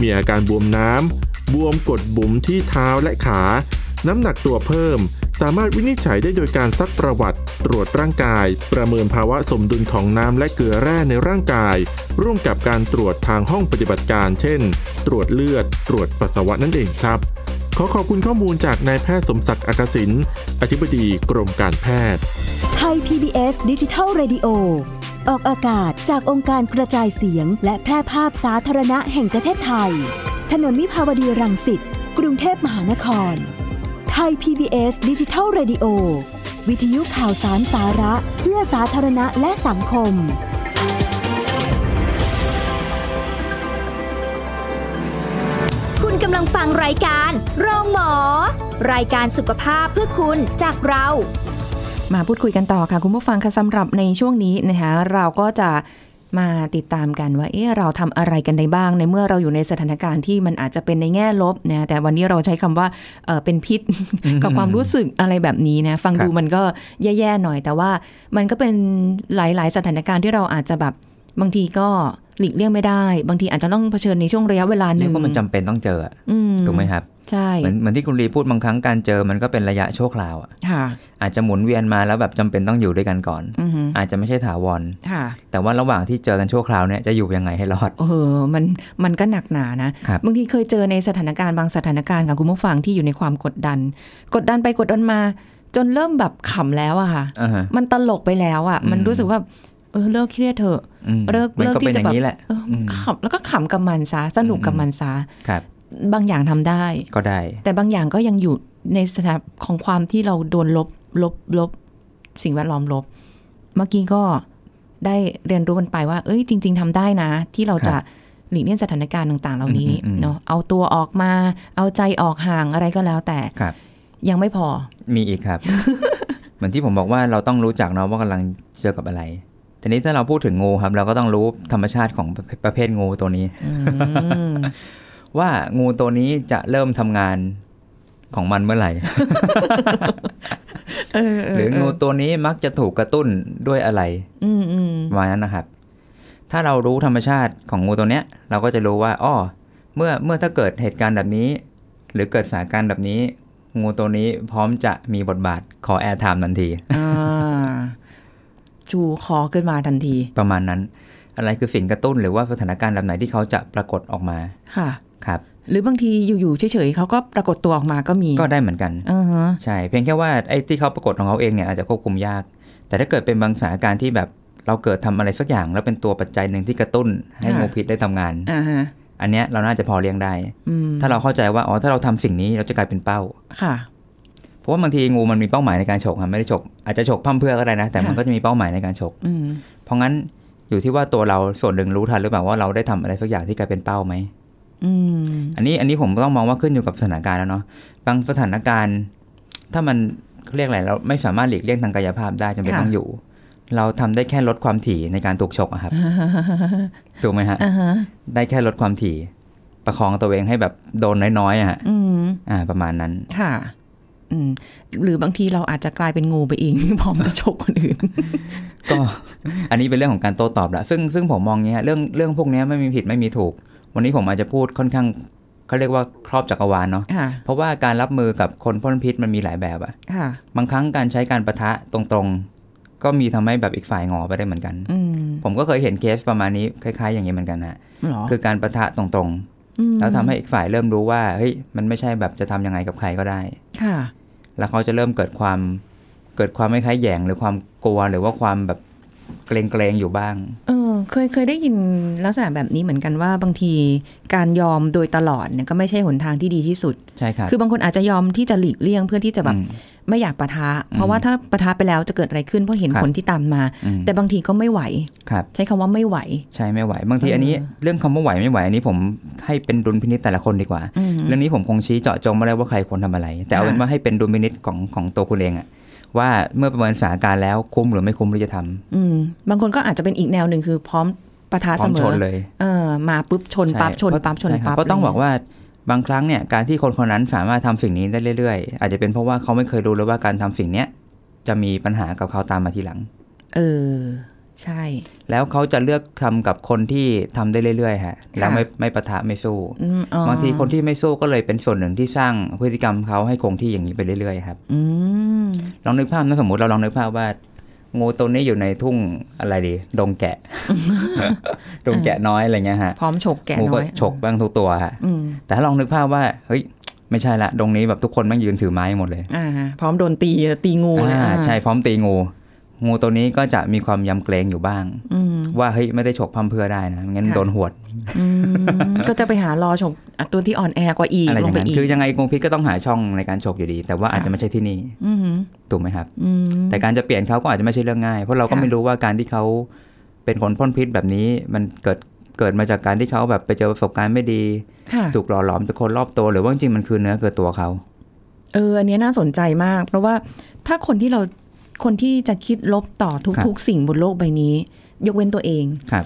[SPEAKER 4] มีอาการบวมน้ำบวมกดบุ๋มที่เท้าและขา น้ำหนักตัวเพิ่ม สามารถวินิจฉัยได้โดยการซักประวัติ ตรวจร่างกาย ประเมินภาวะสมดุลของน้ำและเกลือแร่ในร่างกาย ร่วมกับการตรวจทางห้องปฏิบัติการ เช่น ตรวจเลือด ตรวจปัสสาวะนั่นเองครับ ขอขอบคุณข้อมูลจากนายแพทย์สมศักดิ์อักสิน อธิบดีกรมการแพทย์
[SPEAKER 5] ไทย PBS ดิจิทัล Radio ออกอากาศจากองค์การกระจายเสียง และแพร่ภาพสาธารณะแห่งประเทศไทย ถนนวิภาวดีรังสิต กรุงเทพมหานคร ไทย PBS ดิจิทัล Radio วิทยุข่าวสารสาระเพื่อสาธารณะและสังคม
[SPEAKER 1] คุณกำลังฟังรายการโรงหมอ รายการสุขภาพเพื่อคุณจากเรา
[SPEAKER 2] มาพูดคุยกันต่อค่ะ คุณผู้ฟังค่ะสำหรับในช่วงนี้นะคะเราก็จะมาติดตามกันว่าเอ๊ะเราทำอะไรกันได้บ้าง ในเมื่อเราอยู่ในสถานการณ์ที่มันอาจจะเป็นในแง่ลบนะแต่วันนี้เราใช้คำว่าเอ่อเป็นพิษ กับความรู้สึกอะไรแบบนี้นะฟัง
[SPEAKER 3] ครับ
[SPEAKER 2] ดูมันก็แย่ๆหน่อย แต่ว่ามันก็เป็นหลายๆ สถานการณ์ที่เราอาจจะแบบบางทีก็หลีกเลี่ยงไม่ได้ บางทีอาจจะต้องเผชิญในช่วงระยะเวลาห
[SPEAKER 3] เรี
[SPEAKER 2] นึ่
[SPEAKER 3] ย
[SPEAKER 2] ง
[SPEAKER 3] กว่ามันจำเป็นต้องเจออะ
[SPEAKER 2] อื
[SPEAKER 3] ถูกไหมครับ
[SPEAKER 2] ใช่
[SPEAKER 3] เหมือนเหมือนที่คุณลีพูดบางครั้งการเจอมันก็เป็นระยะชั่วคราวอะ
[SPEAKER 2] ค่ะ
[SPEAKER 3] อาจจะหมุนเวียนมาแล้วแบบจำเป็นต้องอยู่ด้วยกันก่อน
[SPEAKER 2] อือหือ
[SPEAKER 3] อาจจะไม่ใช่ถาวร
[SPEAKER 2] ค่ะ
[SPEAKER 3] แต่ว่าระหว่างที่เจอกันชั่วคราวเนี่ยจะอยู่ยังไงให้รอด
[SPEAKER 2] เออมันมันก็หนักหนานะครับ งทีเคยเจอในสถานการณ์บางสถานการณ์กับคุณผู้ฟังที่อยู่ในความกดดัน กดดันไปกดดันมา จนเริ่มแบบขำแล้วอะค่ะ
[SPEAKER 3] อ่าฮะ
[SPEAKER 2] มันตลกไปแล้วอะ
[SPEAKER 3] อืม
[SPEAKER 2] มันรู้สึกว่าเออเลิกเครียดเถอะ
[SPEAKER 3] อืม
[SPEAKER 2] เลิก
[SPEAKER 3] มัน
[SPEAKER 2] เลิก
[SPEAKER 3] ก็
[SPEAKER 2] ที่จะ
[SPEAKER 3] เป็นอย่างนี้แหละ
[SPEAKER 2] เอออ
[SPEAKER 3] ม
[SPEAKER 2] ขำแล้วก็ขำกับมันซะสนุก
[SPEAKER 3] อืม
[SPEAKER 2] กับมันซะ
[SPEAKER 3] ครับ
[SPEAKER 2] บางอย่างทำได้
[SPEAKER 3] ก็ได้
[SPEAKER 2] แต่บางอย่างก็ยังอยู่ในสถานของความที่เราโดนลบลบลบ สิ่งแวดล้อมลบ เมื่อกี้ก็ได้เรียนรู้กันไปว่า เอ้ยจริง ๆทำได้นะ ที่เราจะหลีกเลี่ยงสถานการณ์ต่าง ๆ เหล่านี้
[SPEAKER 3] อืมอืมอืม
[SPEAKER 2] เนาะเอาตัวออกมา เอาใจออกห่างอะไรก็แล้ว แต่
[SPEAKER 3] ครับ
[SPEAKER 2] ยังไม่พอ
[SPEAKER 3] มีอีก ครับ เหมือนที่ผมบอกว่าเราต้องรู้จักเนาะว่ากำลังเจอกับอะไร ทีนี้ถ้าเราพูดถึงงูครับ เราก็ต้องรู้ธรรมชาติของประเภทประเภทงูตัวนี้
[SPEAKER 2] อืม
[SPEAKER 3] ว่างูตัวนี้จะเริ่มทำงานของมันเมื่อไหร่
[SPEAKER 2] เออเออ
[SPEAKER 3] หรืองู
[SPEAKER 2] เออ
[SPEAKER 3] ตัวนี้มักจะถูกกระตุ้นด้วยอะไร
[SPEAKER 2] อืมอืม
[SPEAKER 3] ประมาณนั้นนะครับ ถ้าเรารู้ธรรมชาติของงูตัวเนี้ย เราก็จะรู้ว่าอ้อเมื่อเมื่อถ้าเกิดเหตุการณ์แบบนี้ หรือเกิดสถานการณ์แบบนี้ งูตัวนี้พร้อมจะมีบทบาทขอแอร์ไทม์ทันที
[SPEAKER 2] อ่าชูคอขึ้นมาทันที
[SPEAKER 3] ประมาณนั้น อะไรคือสิ่งกระตุ้นหรือว่าสถานการณ์แบบไหนที่เขาจะปรากฏออกมา
[SPEAKER 2] ค่ะ
[SPEAKER 3] ครับ
[SPEAKER 2] หรือบางทีอยู่ๆเฉยๆเขาก็ปรากฏตัวออกมาก็มี
[SPEAKER 3] ก็ได้เหมือนกัน
[SPEAKER 2] อ่าฮะ
[SPEAKER 3] ใช่ เพียงแค่ว่าไอ้ที่เขาปรากฏของเขาเองเนี่ยอาจจะควบคุมยาก แต่ถ้าเกิดเป็นบางสถานการณ์ที่แบบเราเกิดทำอะไรสักอย่าง แล้วเป็นตัวปัจจัยหนึ่งที่กระตุ้น ให้
[SPEAKER 2] ค่ะ
[SPEAKER 3] งูพิษได้ทำงาน
[SPEAKER 2] อ่าฮะ
[SPEAKER 3] อันเนี้ยเราน่าจะพอเลี้ยงได้
[SPEAKER 2] อืม
[SPEAKER 3] ถ้าเราเข้าใจว่าอ๋อถ้าเราทำสิ่งนี้เราจะกลายเป็นเป้า
[SPEAKER 2] ค่ะ
[SPEAKER 3] เพราะว่าบางทีงูมันมีเป้าหมายในการฉกครับไม่ได้ฉกอาจจะฉกพร่ำเพรื่อก็ได้นะ แต่มัน
[SPEAKER 2] ค่ะ
[SPEAKER 3] ก็จะมีเป้าหมายในการฉก
[SPEAKER 2] อืม
[SPEAKER 3] เพราะงั้นอยู่ที่ว่าตัวเราส่วนหนึ่งรู้ทันหรือเปล่าว่าเราได้ทำอะไรสักอย่างที่กลายเป็นเป้าไหม
[SPEAKER 2] อืม
[SPEAKER 3] อันนี้อันนี้ผมต้องมองว่าขึ้นอยู่กับสถานการณ์แล้วเนาะบางสถานการณ์ ถ้ามันเขาเรียกอะไรเราไม่สามารถหลีกเลี่ยงทางกายภาพได้จำเป็น
[SPEAKER 2] ค่ะ
[SPEAKER 3] ต้องอยู่ เราทำได้แค่ลดความถี่ในการถูกฉกอะครับ ถูกไหมฮะ
[SPEAKER 2] อ่าฮะ
[SPEAKER 3] ได้แค่ลดความถี่ ประคองตัวเองให้แบบโดนน้อยๆอะฮะ
[SPEAKER 2] อืม
[SPEAKER 3] อ่าประมาณนั้น
[SPEAKER 2] ค่ะ อืม หรือบางทีเราอาจจะกลายเป็นงูไปเอง พร้อมจะฉกคนอื่น
[SPEAKER 3] ก็ อันนี้เป็นเรื่องของการโต้ตอบละซึ่งซึ่งผมมองอย่างเงี้ยเรื่องเรื่องพวกเนี้ยไม่มีผิดไม่มีถูก วันนี้ผมอาจจะพูดค่อนข้างเขาเรียกว่าครอบจักรวาลเนาะ
[SPEAKER 2] ค่ะ
[SPEAKER 3] เพราะว่าการรับมือกับคนพ่นพิษมันมีหลายแบบอะ
[SPEAKER 2] ค่ะ
[SPEAKER 3] บางครั้งการใช้การประทะตรงๆ ก็มีทำให้แบบอีกฝ่ายงอไปได้เหมือนกัน
[SPEAKER 2] อืม
[SPEAKER 3] ผมก็เคยเห็นเคสประมาณนี้คล้ายๆ อย่างนี้เหมือนกันฮะ
[SPEAKER 2] หรอ
[SPEAKER 3] คือการประทะตร
[SPEAKER 2] ม
[SPEAKER 3] งๆ แล้วทำให้อีกฝ่ายเริ่มรู้ว่าเฮ้ยมันไม่ใช่แบบจะทำยังไงกับใครก็ได้
[SPEAKER 2] ค่ะ
[SPEAKER 3] แล้วเขาจะเริ่มเกิดความเกิดความไม่คล้ายแยงหรือความกลัวหรือว่าความแบบเกรงๆอยู่บ้าง
[SPEAKER 2] เออ เคย เคยได้ยินลักษณะแบบนี้เหมือนกันว่าบางทีการยอมโดยตลอดเนี่ยก็ไม่ใช่หนทางที่ดีที่สุด
[SPEAKER 3] ใช่ครับ
[SPEAKER 2] คือบางคนอาจจะยอมที่จะหลีกเลี่ยงเพื่อที่จะแบบ
[SPEAKER 3] อืม
[SPEAKER 2] ไม่อยากปะทะ เพราะว่าถ้าปะทะไปแล้วจะเกิดอะไรขึ้นเพราะเห็น
[SPEAKER 3] ครับ
[SPEAKER 2] ผลที่ตามมา
[SPEAKER 3] อืม
[SPEAKER 2] แต่บางทีก็ไม่ไหว
[SPEAKER 3] ครับ
[SPEAKER 2] ใช้คำว่าไม่ไหว
[SPEAKER 3] ใช่ไม่ไหว บางทีอันนี้
[SPEAKER 2] เออ
[SPEAKER 3] เรื่องคำว่าไหวไม่ไหวอันนี้ผมให้เป็นดุลพินิจแต่ละคนดีกว่า
[SPEAKER 2] อืม
[SPEAKER 3] เรื่องนี้ผมคงชี้เจาะจงไม่ได้ว่าใครควรทำอะไร แต่เอาเป็น
[SPEAKER 2] ค่ะ
[SPEAKER 3] ว่าให้เป็นดุลพินิจของของตัวคุณเองอะว่าเมื่อประเมินสถานการณ์แล้วคุ้มหรือไม่คุ้มที่จะทำ
[SPEAKER 2] อืม บางคนก็อาจจะเป็นอีกแนวหนึ่งคือพร้อมปะทะ
[SPEAKER 3] พร้
[SPEAKER 2] เส
[SPEAKER 3] อม
[SPEAKER 2] ม
[SPEAKER 3] ช
[SPEAKER 2] อน
[SPEAKER 3] เลย
[SPEAKER 2] เออมาปุ๊บชน
[SPEAKER 3] ใช่
[SPEAKER 2] ปั๊บชน
[SPEAKER 3] เพราะ
[SPEAKER 2] ปั๊บชน
[SPEAKER 3] ใครับ
[SPEAKER 2] ปั๊บ
[SPEAKER 3] เพราะต้องบอกว่าบางครั้งเนี่ยการที่คนคนนั้นสามารถทำสิ่งนี้ได้เรื่อยๆ อาจจะเป็นเพราะว่าเขาไม่เคยรู้เลยว่าการทำสิ่งเนี้ยจะมีปัญหากับเขาตามมาทีหลัง
[SPEAKER 2] เออ ใช่
[SPEAKER 3] แล้วเขาจะเลือกทำกับคนที่ทำได้เรื่อยๆฮะแล้วไม่ไม่ปะทะไม่สู้
[SPEAKER 2] อืมอ๋อบ
[SPEAKER 3] างทีคนที่ไม่สู้ก็เลยเป็นส่วนหนึ่งที่สร้างพฤติกรรมเขาให้คงที่อย่างนี้ไปเรื่อยๆครับ
[SPEAKER 2] อืม
[SPEAKER 3] ลองนึกภาพนะสมมติเราลองนึกภาพว่างูตัวนี้อยู่ในทุ่งอะไรดีดง แกะ ดงแกะน้อยอะไรเงี้ยฮะ
[SPEAKER 2] พร้อมฉกแก่
[SPEAKER 3] งู
[SPEAKER 2] น้
[SPEAKER 3] ก็
[SPEAKER 2] อย
[SPEAKER 3] ฉกบ้างทุกตัวฮะ
[SPEAKER 2] อืม
[SPEAKER 3] แต่ถ้าลองนึกภาพว่าเฮ้ยไม่ใช่ละดงนี้แบบทุกคนแม่งยืนถือไม้หมดเลย
[SPEAKER 2] อ่า พร้อมโดนตีตีงูเลย
[SPEAKER 3] อ่า
[SPEAKER 2] อ่า
[SPEAKER 3] ใช่พร้อมตีงู งูตัวนี้ก็จะมีความยำเกรงอยู่บ้าง
[SPEAKER 2] อืม
[SPEAKER 3] ว่าเฮ้ยไม่ได้ฉกพัมเพรื่อได้นะงั้น
[SPEAKER 2] ค่ะ
[SPEAKER 3] โดนหวด
[SPEAKER 2] อืมก็จะไปหารอชมอ่ะตัวที่อ่อนแอกว่าอีก
[SPEAKER 3] อะไรอ
[SPEAKER 2] ล
[SPEAKER 3] ย่าง ง
[SPEAKER 2] ไป
[SPEAKER 3] นั้น
[SPEAKER 2] อีก
[SPEAKER 3] คือยังไงงูพิษก็ต้องหาช่องในการฉกอยู่ดี แต่ว่าอาจจะไม่ใช่ที่นี่
[SPEAKER 2] อืม
[SPEAKER 3] ถูกไหมครับ
[SPEAKER 2] อืม
[SPEAKER 3] แต่การจะเปลี่ยนเขาก็อาจจะไม่ใช่เรื่องง่าย เพราะเราก็
[SPEAKER 2] ค่ะ
[SPEAKER 3] ไม่รู้ว่าการที่เขาเป็นคนพ่นพิษแบบนี้ มันเกิดเกิดมาจากการที่เขาแบบไปเจอประสบการณ์ไม่ดี
[SPEAKER 2] ค่ะ
[SPEAKER 3] ถูกหล่อหลอมจากคนรอบตัวหรือว่าจริงๆมันคือเนื้อคือตัวเขา
[SPEAKER 2] เอออันเนี้ยน่าสนใจมาก เพราะว่าถ้าคนที่เราคนที่จะคิดลบต่อทุก
[SPEAKER 3] ครั
[SPEAKER 2] ทุก
[SPEAKER 3] บ
[SPEAKER 2] สิ่งบนโลกใบนี้ ยกเว้นตัวเอง
[SPEAKER 3] ครับ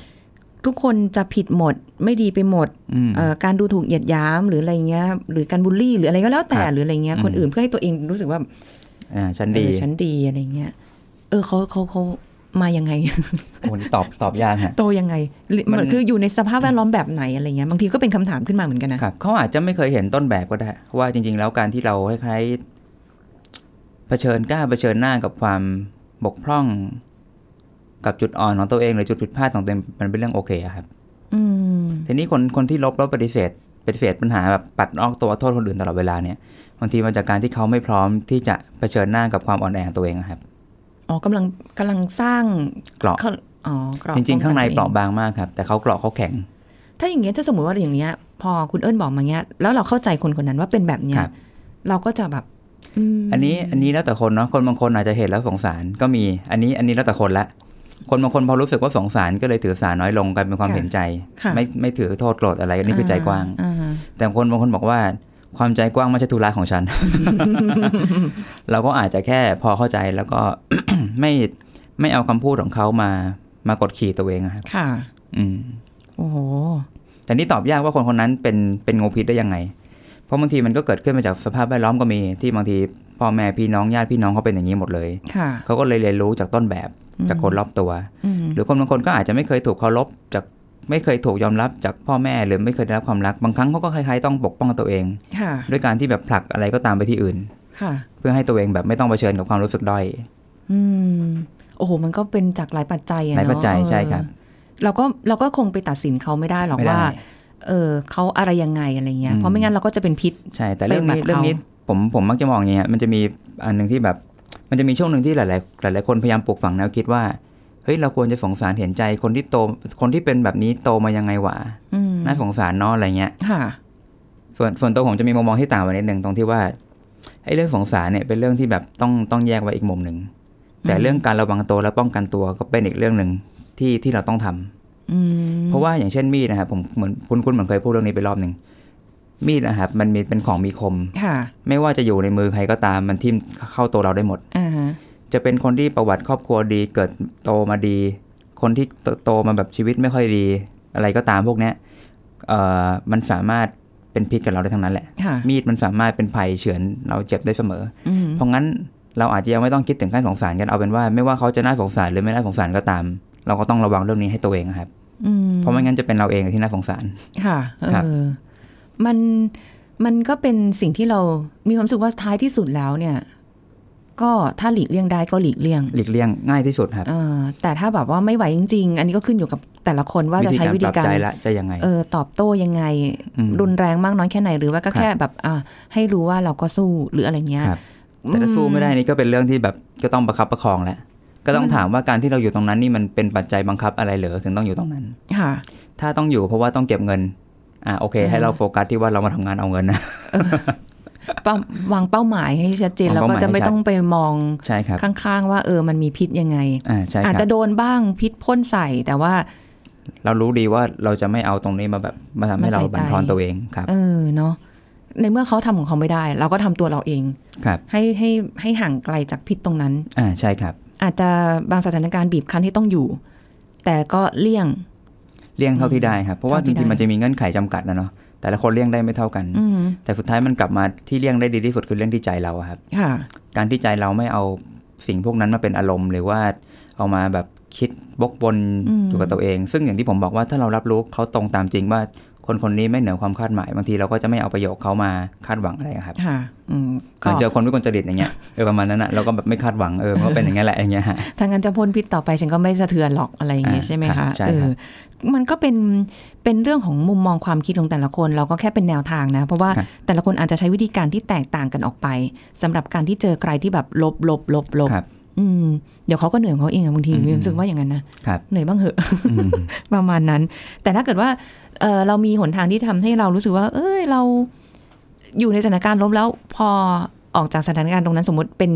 [SPEAKER 2] ทุกคนจะผิดหมดไม่ดีไปหมด
[SPEAKER 3] อืม
[SPEAKER 2] เอ่อการดูถูกเหยียดหยามหรืออะไรเงี้ยหรือการบูลลี่หรืออะไรก็แล้วแต่
[SPEAKER 3] ครับ
[SPEAKER 2] หรืออะไรเงี้ย
[SPEAKER 3] อืม
[SPEAKER 2] คนอื่นเพื่อให้ตัวเองรู้สึกว่า
[SPEAKER 3] อ่าชั้น
[SPEAKER 2] เอ
[SPEAKER 3] ดี
[SPEAKER 2] อฉันดีอะไรเงี้ยเออเขาเขาเขามายังไง
[SPEAKER 3] โอ้โหนี่ตอบตอบยากฮะ
[SPEAKER 2] โตยังไงหรือ
[SPEAKER 3] มัน
[SPEAKER 2] มันคืออยู่ในสภาพแวดล้อมแบบไหนอะไรเงี้ยบางทีก็เป็นคำถามขึ้นมาเหมือนกันนะครับ
[SPEAKER 3] เขาอาจจะไม่เคยเห็นต้นแบบก็ได้ ว่าจริง ๆ แล้วการที่เราคล้ายๆเผชิญกล้าเผชิญหน้ากับความบกพร่อง กับจุดอ่อนของตัวเองหรือจุดผิดพลาดของตัวเองมันเป็นเรื่องโอเคอะครับ
[SPEAKER 2] อืม
[SPEAKER 3] ทีนี้คนคนที่ลบแล้วปฏิเสธปฏิเสธปัญหาแบบปัดออกตัวโทษคนอื่นตลอดเวลาเนี่ยบางทีมาจากการที่เขาไม่พร้อมที่จะเผชิญหน้ากับความอ่อนแอของตัวเองอะครับ
[SPEAKER 2] อ๋อกำลังกำลังสร้าง
[SPEAKER 3] เกราะ
[SPEAKER 2] เขาอ๋อกเกาะ
[SPEAKER 3] จริง ๆ ข้างใน
[SPEAKER 2] ป้อกั
[SPEAKER 3] เป
[SPEAKER 2] ตัวอ
[SPEAKER 3] ราะบางมากครับ แต่เขาเกราะเขาแข็ง
[SPEAKER 2] ถ้าอย่างเงี้ยถ้าสมมติว่าอย่างเงี้ย พอคุณเอิญบอกมาเงี้ยแล้วเราเข้าใจคนคนนั้นว่าเป็นแบบเนี้ย
[SPEAKER 3] ครับ
[SPEAKER 2] เราก็จะแบบ อืม
[SPEAKER 3] อันนี้อันนี้แล้วแต่คนเนาะคนบางคนอาจจะเห็นแล้วสงสารก็มี อันนี้อันนี้แล้วแต่คนละคนบางคนพอรู้สึกว่าสงสารก็เลยถือสาน้อยลงกลายเป็นความเห็นใจ
[SPEAKER 2] ค่ะ
[SPEAKER 3] ไม่ไม่ถือโทษโกรธอะไรอันนี่คือใจกว้าง
[SPEAKER 2] อ่
[SPEAKER 3] แต่คนบางคนบอกว่าความใจกว้างไม่ใช่ธุระของ ฉัน เราก็อาจจะแค่พอเข้าใจแล้วก็ ไม่ไม่เอาคำพูดของเขามามากดขี่ตัวเองอะครับ
[SPEAKER 2] ค่ะ
[SPEAKER 3] อืม
[SPEAKER 2] โอ้โห
[SPEAKER 3] แต่นี่ตอบยากว่าคนคนนั้นเป็นเป็นงูพิษได้ยังไง เพราะบางทีมันก็เกิดขึ้นมาจากสภาพแวดล้อมก็มีที่บางทีพ่อแม่พี่น้องญาติพี่น้องเขาเป็นอย่างนี้หมดเลย
[SPEAKER 2] ค่ะ
[SPEAKER 3] เขาก็เลยเรียนรู้จากต้นแบบจากคนรอบตัว
[SPEAKER 2] อืม
[SPEAKER 3] หรือคนบางคนก็อาจจะไม่เคยถูกเคารพจากไม่เคยถูกยอมรับจากพ่อแม่หรือไม่เคยได้รับความรักบางครั้งเขาก็คล้ายๆต้องปกป้องตัวเอง
[SPEAKER 2] ค่ะ
[SPEAKER 3] ด้วยการที่แบบผลักอะไรก็ตามไปที่อื่น
[SPEAKER 2] ค่ะ
[SPEAKER 3] เพื่อให้ตัวเองแบบไม่ต้องเผชิญกับความรู้สึกด้อย
[SPEAKER 2] อืม โอ้โห มันก็เป็นจากหลายปัจจัยอะ
[SPEAKER 3] หลาย
[SPEAKER 2] เนาะ
[SPEAKER 3] ปัจจัยใช่ครับ
[SPEAKER 2] เออเราก็เราก็คงไปตัดสินเขาไม่ได้หรอก
[SPEAKER 3] ไม่
[SPEAKER 2] ว่า
[SPEAKER 3] ได้
[SPEAKER 2] เออเขาอะไรยังไงอะไรเงี้ย
[SPEAKER 3] อืม
[SPEAKER 2] เพราะไม่งั้นเราก็จะเป็นพิษ
[SPEAKER 3] ใช่ แต่เรื่องนี้
[SPEAKER 2] ไปแบบเขา
[SPEAKER 3] เรื่องนี้ผมผมมักจะมองอย่างเงี้ยมันจะมีอันหนึ่งที่แบบมันจะมีช่วงหนึ่งที่หลาย ๆ หลาย ๆ คนพยายามปลูกฝังแนวคิดว่าเฮ้ยเราควรจะสงสารเห็นใจคนที่โตคนที่เป็นแบบนี้โตมายังไงวะ
[SPEAKER 2] อืม
[SPEAKER 3] น่าสงสารเนาะอะไรเงี้ย
[SPEAKER 2] ค่ะ
[SPEAKER 3] ส่วนส่วนตัวผมจะมีมุมมองที่ต่างไปนิดหนึ่งตรงที่ว่าไอ้เรื่องสงสารเนี่ยเป็นเรื่องที่แบบต้องต้องแยกไว้อีกมุมหนึ่งแต่
[SPEAKER 2] อืม
[SPEAKER 3] เรื่องการระวังตัวและป้องกันตัวก็เป็นอีกเรื่องหนึ่งที่ที่เราต้องทำ
[SPEAKER 2] อืม
[SPEAKER 3] เพราะว่าอย่างเช่นมีดนะครับผมเหมือนคุณคุณเหมือนเคยพูดเรื่องนี้ไปรอบหนึ่งมีดนะครับมันมีเป็นของมีคม
[SPEAKER 2] ค่ะ
[SPEAKER 3] ไม่ว่าจะอยู่ในมือใครก็ตามมันทิ่มเข้าตัวเราได้หมด
[SPEAKER 2] อ่าฮะ
[SPEAKER 3] จะเป็นคนที่ประวัติครอบครัวดีเกิดโตมาดี คนที่โตโตมาแบบชีวิตไม่ค่อยดี อะไรก็ตามพวกเนี้ยเอ่อมันสามารถเป็นพิษกับเราได้ทั้งนั้นแหละ
[SPEAKER 2] ค่ะ
[SPEAKER 3] มีดมันสามารถเป็นไผ่เฉือนเราเจ็บได้เสมอ
[SPEAKER 2] อืม
[SPEAKER 3] เพราะงั้นเราอาจจะยังไม่ต้องคิดถึงขั้นสงสารกันเอาเป็นว่า ไม่ว่าเขาจะน่าสงสารหรือไม่น่าสงสารก็ตาม เราก็ต้องระวังเรื่องนี้ให้ตัวเองครับ
[SPEAKER 2] อื
[SPEAKER 3] เพราะไม่งั้นจะเป็นเราเองที่น่าสงสาร
[SPEAKER 2] ค่ะเอ
[SPEAKER 3] ครับ
[SPEAKER 2] อมันมันก็เป็นสิ่งที่เรามีความรู้สึกว่าท้ายที่สุดแล้วเนี่ย ก็ถ้าหลีกเลี่ยงได้ก็หลีกเลี่ยง
[SPEAKER 3] หลีกเลี่ยงง่ายที่สุดครับ
[SPEAKER 2] เออแต่ถ้าแบบว่าไม่ไหวจริง ๆ อันนี้ก็ขึ้นอยู่กับแต่ละคนว่าจะใช้วิ
[SPEAKER 3] ป
[SPEAKER 2] ธี
[SPEAKER 3] รับ
[SPEAKER 2] การ
[SPEAKER 3] ใจละจะยังไง
[SPEAKER 2] เออตอบโต้ยังไง
[SPEAKER 3] อืม
[SPEAKER 2] รุนแรงมากน้อยแค่ไหนหรือว่าก็
[SPEAKER 3] ครับ
[SPEAKER 2] แค่แบบอ่ะให้รู้ว่าเราก็สู้หรืออะไรเงี้ย
[SPEAKER 3] ครับแต่ถ้าสู้ไม่ได้นี่ก็เป็นเรื่องที่แบบก็ต้องประคับประคองแหละก็ต้องถามว่าการที่เราอยู่ตรงนั้นนี่มันเป็นปัจจัยบังคับอะไรเหรือถึงต้องอยู่ตรงนั้น
[SPEAKER 2] ค่ะ
[SPEAKER 3] ถ้าต้องอยู่เพราะว่าต้องเก็บเงินอ่ะโอเค ให้เราโฟกัสที่ว่าเรามาทำงานเอาเงินนะ
[SPEAKER 2] เป้าวางเป้าหมายให้ชัดเจน
[SPEAKER 3] วาง
[SPEAKER 2] แล้วก็
[SPEAKER 3] เป้าหมาย
[SPEAKER 2] จะไม่
[SPEAKER 3] ให้ชัด
[SPEAKER 2] ต้องไปมอง
[SPEAKER 3] ใช่ครับ
[SPEAKER 2] ข้างๆ ว่าเออมันมีพิษยังไง
[SPEAKER 3] อ่าใช่ค
[SPEAKER 2] อาจ
[SPEAKER 3] รับ
[SPEAKER 2] จะโดนบ้างพิษพ่นใส่แต่ว่า
[SPEAKER 3] เรารู้ดีว่าเราจะไม่เอาตรงนี้มาแบบมาทำให้เรา
[SPEAKER 2] มาใส่ใจ
[SPEAKER 3] บั่นทอนตัวเองครับ
[SPEAKER 2] เออเนาะในเมื่อเขาทำของเขาไม่ได้ เราก็ทำตัวเราเอง
[SPEAKER 3] ครับ
[SPEAKER 2] ให้ให้ให้ห่างไกลจากพิษตรงนั้น
[SPEAKER 3] อ่าใช่ครับ
[SPEAKER 2] อาจจะบางสถานการณ์บีบคั้นให้ต้องอยู่ แต่ก็เลี่ยง
[SPEAKER 3] เลี่ยงเท่าที่ได้ครับ เพราะว่า
[SPEAKER 2] เท่า
[SPEAKER 3] จ
[SPEAKER 2] ที่
[SPEAKER 3] ริง
[SPEAKER 2] ได้
[SPEAKER 3] ๆมันจะมีเงื่อนไขจำกัดนะเนาะแต่ละคนเลี่ยงได้ไม่เท่ากัน
[SPEAKER 2] อืม
[SPEAKER 3] แต่สุดท้ายมันกลับมาที่เลี่ยงได้ดีที่สุดคือเรื่องที่ใจเราอะครับ
[SPEAKER 2] ค่ะ
[SPEAKER 3] การที่ใจเราไม่เอาสิ่งพวกนั้นมาเป็นอารมณ์ หรือว่าเอามาแบบคิดบกบน
[SPEAKER 2] อืม
[SPEAKER 3] อยู่กับตัวเอง ซึ่งอย่างที่ผมบอกว่าถ้าเรารับรู้เขาตรงตามจริงว่าคนคนนี้ไม่เหนือความคาดหมายบางทีเราก็จะไม่เอาประโยคเขามาคาดหวังอะไรอะครับ
[SPEAKER 2] ค่ะอืม
[SPEAKER 3] เห
[SPEAKER 2] ก็
[SPEAKER 3] มือนเจอคนวิกลจริตอย่างเงี้ยเออประมาณนั้นอะเราก็แบบไม่คาดหวังเออมันก็เป็นอย่างเงี้ยแหละ อย่างเงี้ยฮะ
[SPEAKER 2] ถ้างั้นจะพ่นพิษต่อไปฉันก็ไม่สะเทือนหรอกอะไรอย่างเงี้ย
[SPEAKER 3] อ่า
[SPEAKER 2] ใช่ไหม
[SPEAKER 3] ครั
[SPEAKER 2] คะ
[SPEAKER 3] บใช่
[SPEAKER 2] เอ
[SPEAKER 3] ครั
[SPEAKER 2] อบ มันก็เป็นเป็นเรื่องของมุมมองความคิดของแต่ละคน เราก็แค่เป็นแนวทางนะ เพราะว่า
[SPEAKER 3] ครับ
[SPEAKER 2] แต่ละคนอาจจะใช้วิธีการที่แตกต่างกันออกไปสำหรับการที่เจอใครที่แบบลบลบลบลบ
[SPEAKER 3] ครับ
[SPEAKER 2] อืมเดี๋ยวเขาก็เหนื่อยของเขาเองอะบางที
[SPEAKER 3] อืม
[SPEAKER 2] มีความรู้สึกว่าอย่างนั้นนะครับ เหนื่อยบ้างเหอะ
[SPEAKER 3] อืม
[SPEAKER 2] ประมาณนั้น แต่ถ้าเกิดว่าเอ่อเรามีหนทางที่ทำให้เรารู้สึกว่า เอ้ยเราอยู่ในสถานการณ์ลบแล้วพอออกจากสถานการณ์ตรงนั้นสมมติเป็น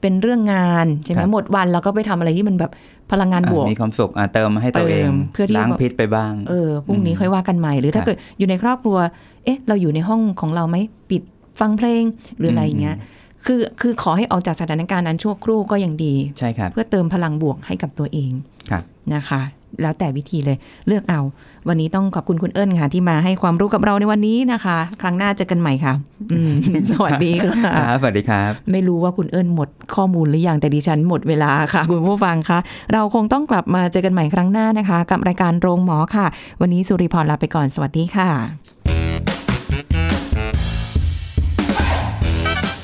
[SPEAKER 2] เป็นเรื่องงานใช่ไหม
[SPEAKER 3] ครับ
[SPEAKER 2] หมดวันเราก็ไปทำอะไรที่มันแบบพลังงานบวก
[SPEAKER 3] อ่ะมีความสุขอ่ะเติมมาให้ตัวเอง
[SPEAKER 2] เติมเพื่อที่
[SPEAKER 3] ล้างพิษไปบ้าง
[SPEAKER 2] เออพรุ่งนี้
[SPEAKER 3] อืม
[SPEAKER 2] ค่อยว่ากันใหม่หรือถ้า
[SPEAKER 3] ครับ
[SPEAKER 2] เกิดอยู่ในครอบครัว เอ๊ะ เราอยู่ในห้องของเราไหมปิดฟังเพลงหรืออะไรอย่างเงี้ย
[SPEAKER 3] อื
[SPEAKER 2] คือคือขอให้ออกจากสถานการณ์นั้นชั่วครู่ก็ยังดี
[SPEAKER 3] ใช่ครับ
[SPEAKER 2] เพื่อเติมพลังบวกให้กับตัวเอง
[SPEAKER 3] ครับ
[SPEAKER 2] นะคะ แล้วแต่วิธีเลยเลือกเอา วันนี้ต้องขอบคุณคุณเอิญค่ะ ที่มาให้ความรู้กับเราในวันนี้นะคะ ครั้งหน้าเจอกันใหม่ค่ะ อืม สวัสดีค่ะ
[SPEAKER 3] ครับสวัสดีครับ
[SPEAKER 2] ไม่รู้ว่าคุณเอิญหมดข้อมูลหรือยังแต่ดิฉันหมดเวลาค่ะ คุณผู้ฟังคะเราคงต้องกลับมาเจอกันใหม่ครั้งหน้านะคะ กับรายการโรงหมอค่ะ วันนี้สุริพรลาไปก่อนสวัสดีค่ะ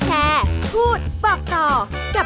[SPEAKER 1] แชร์ พูด บอกต่อ กับ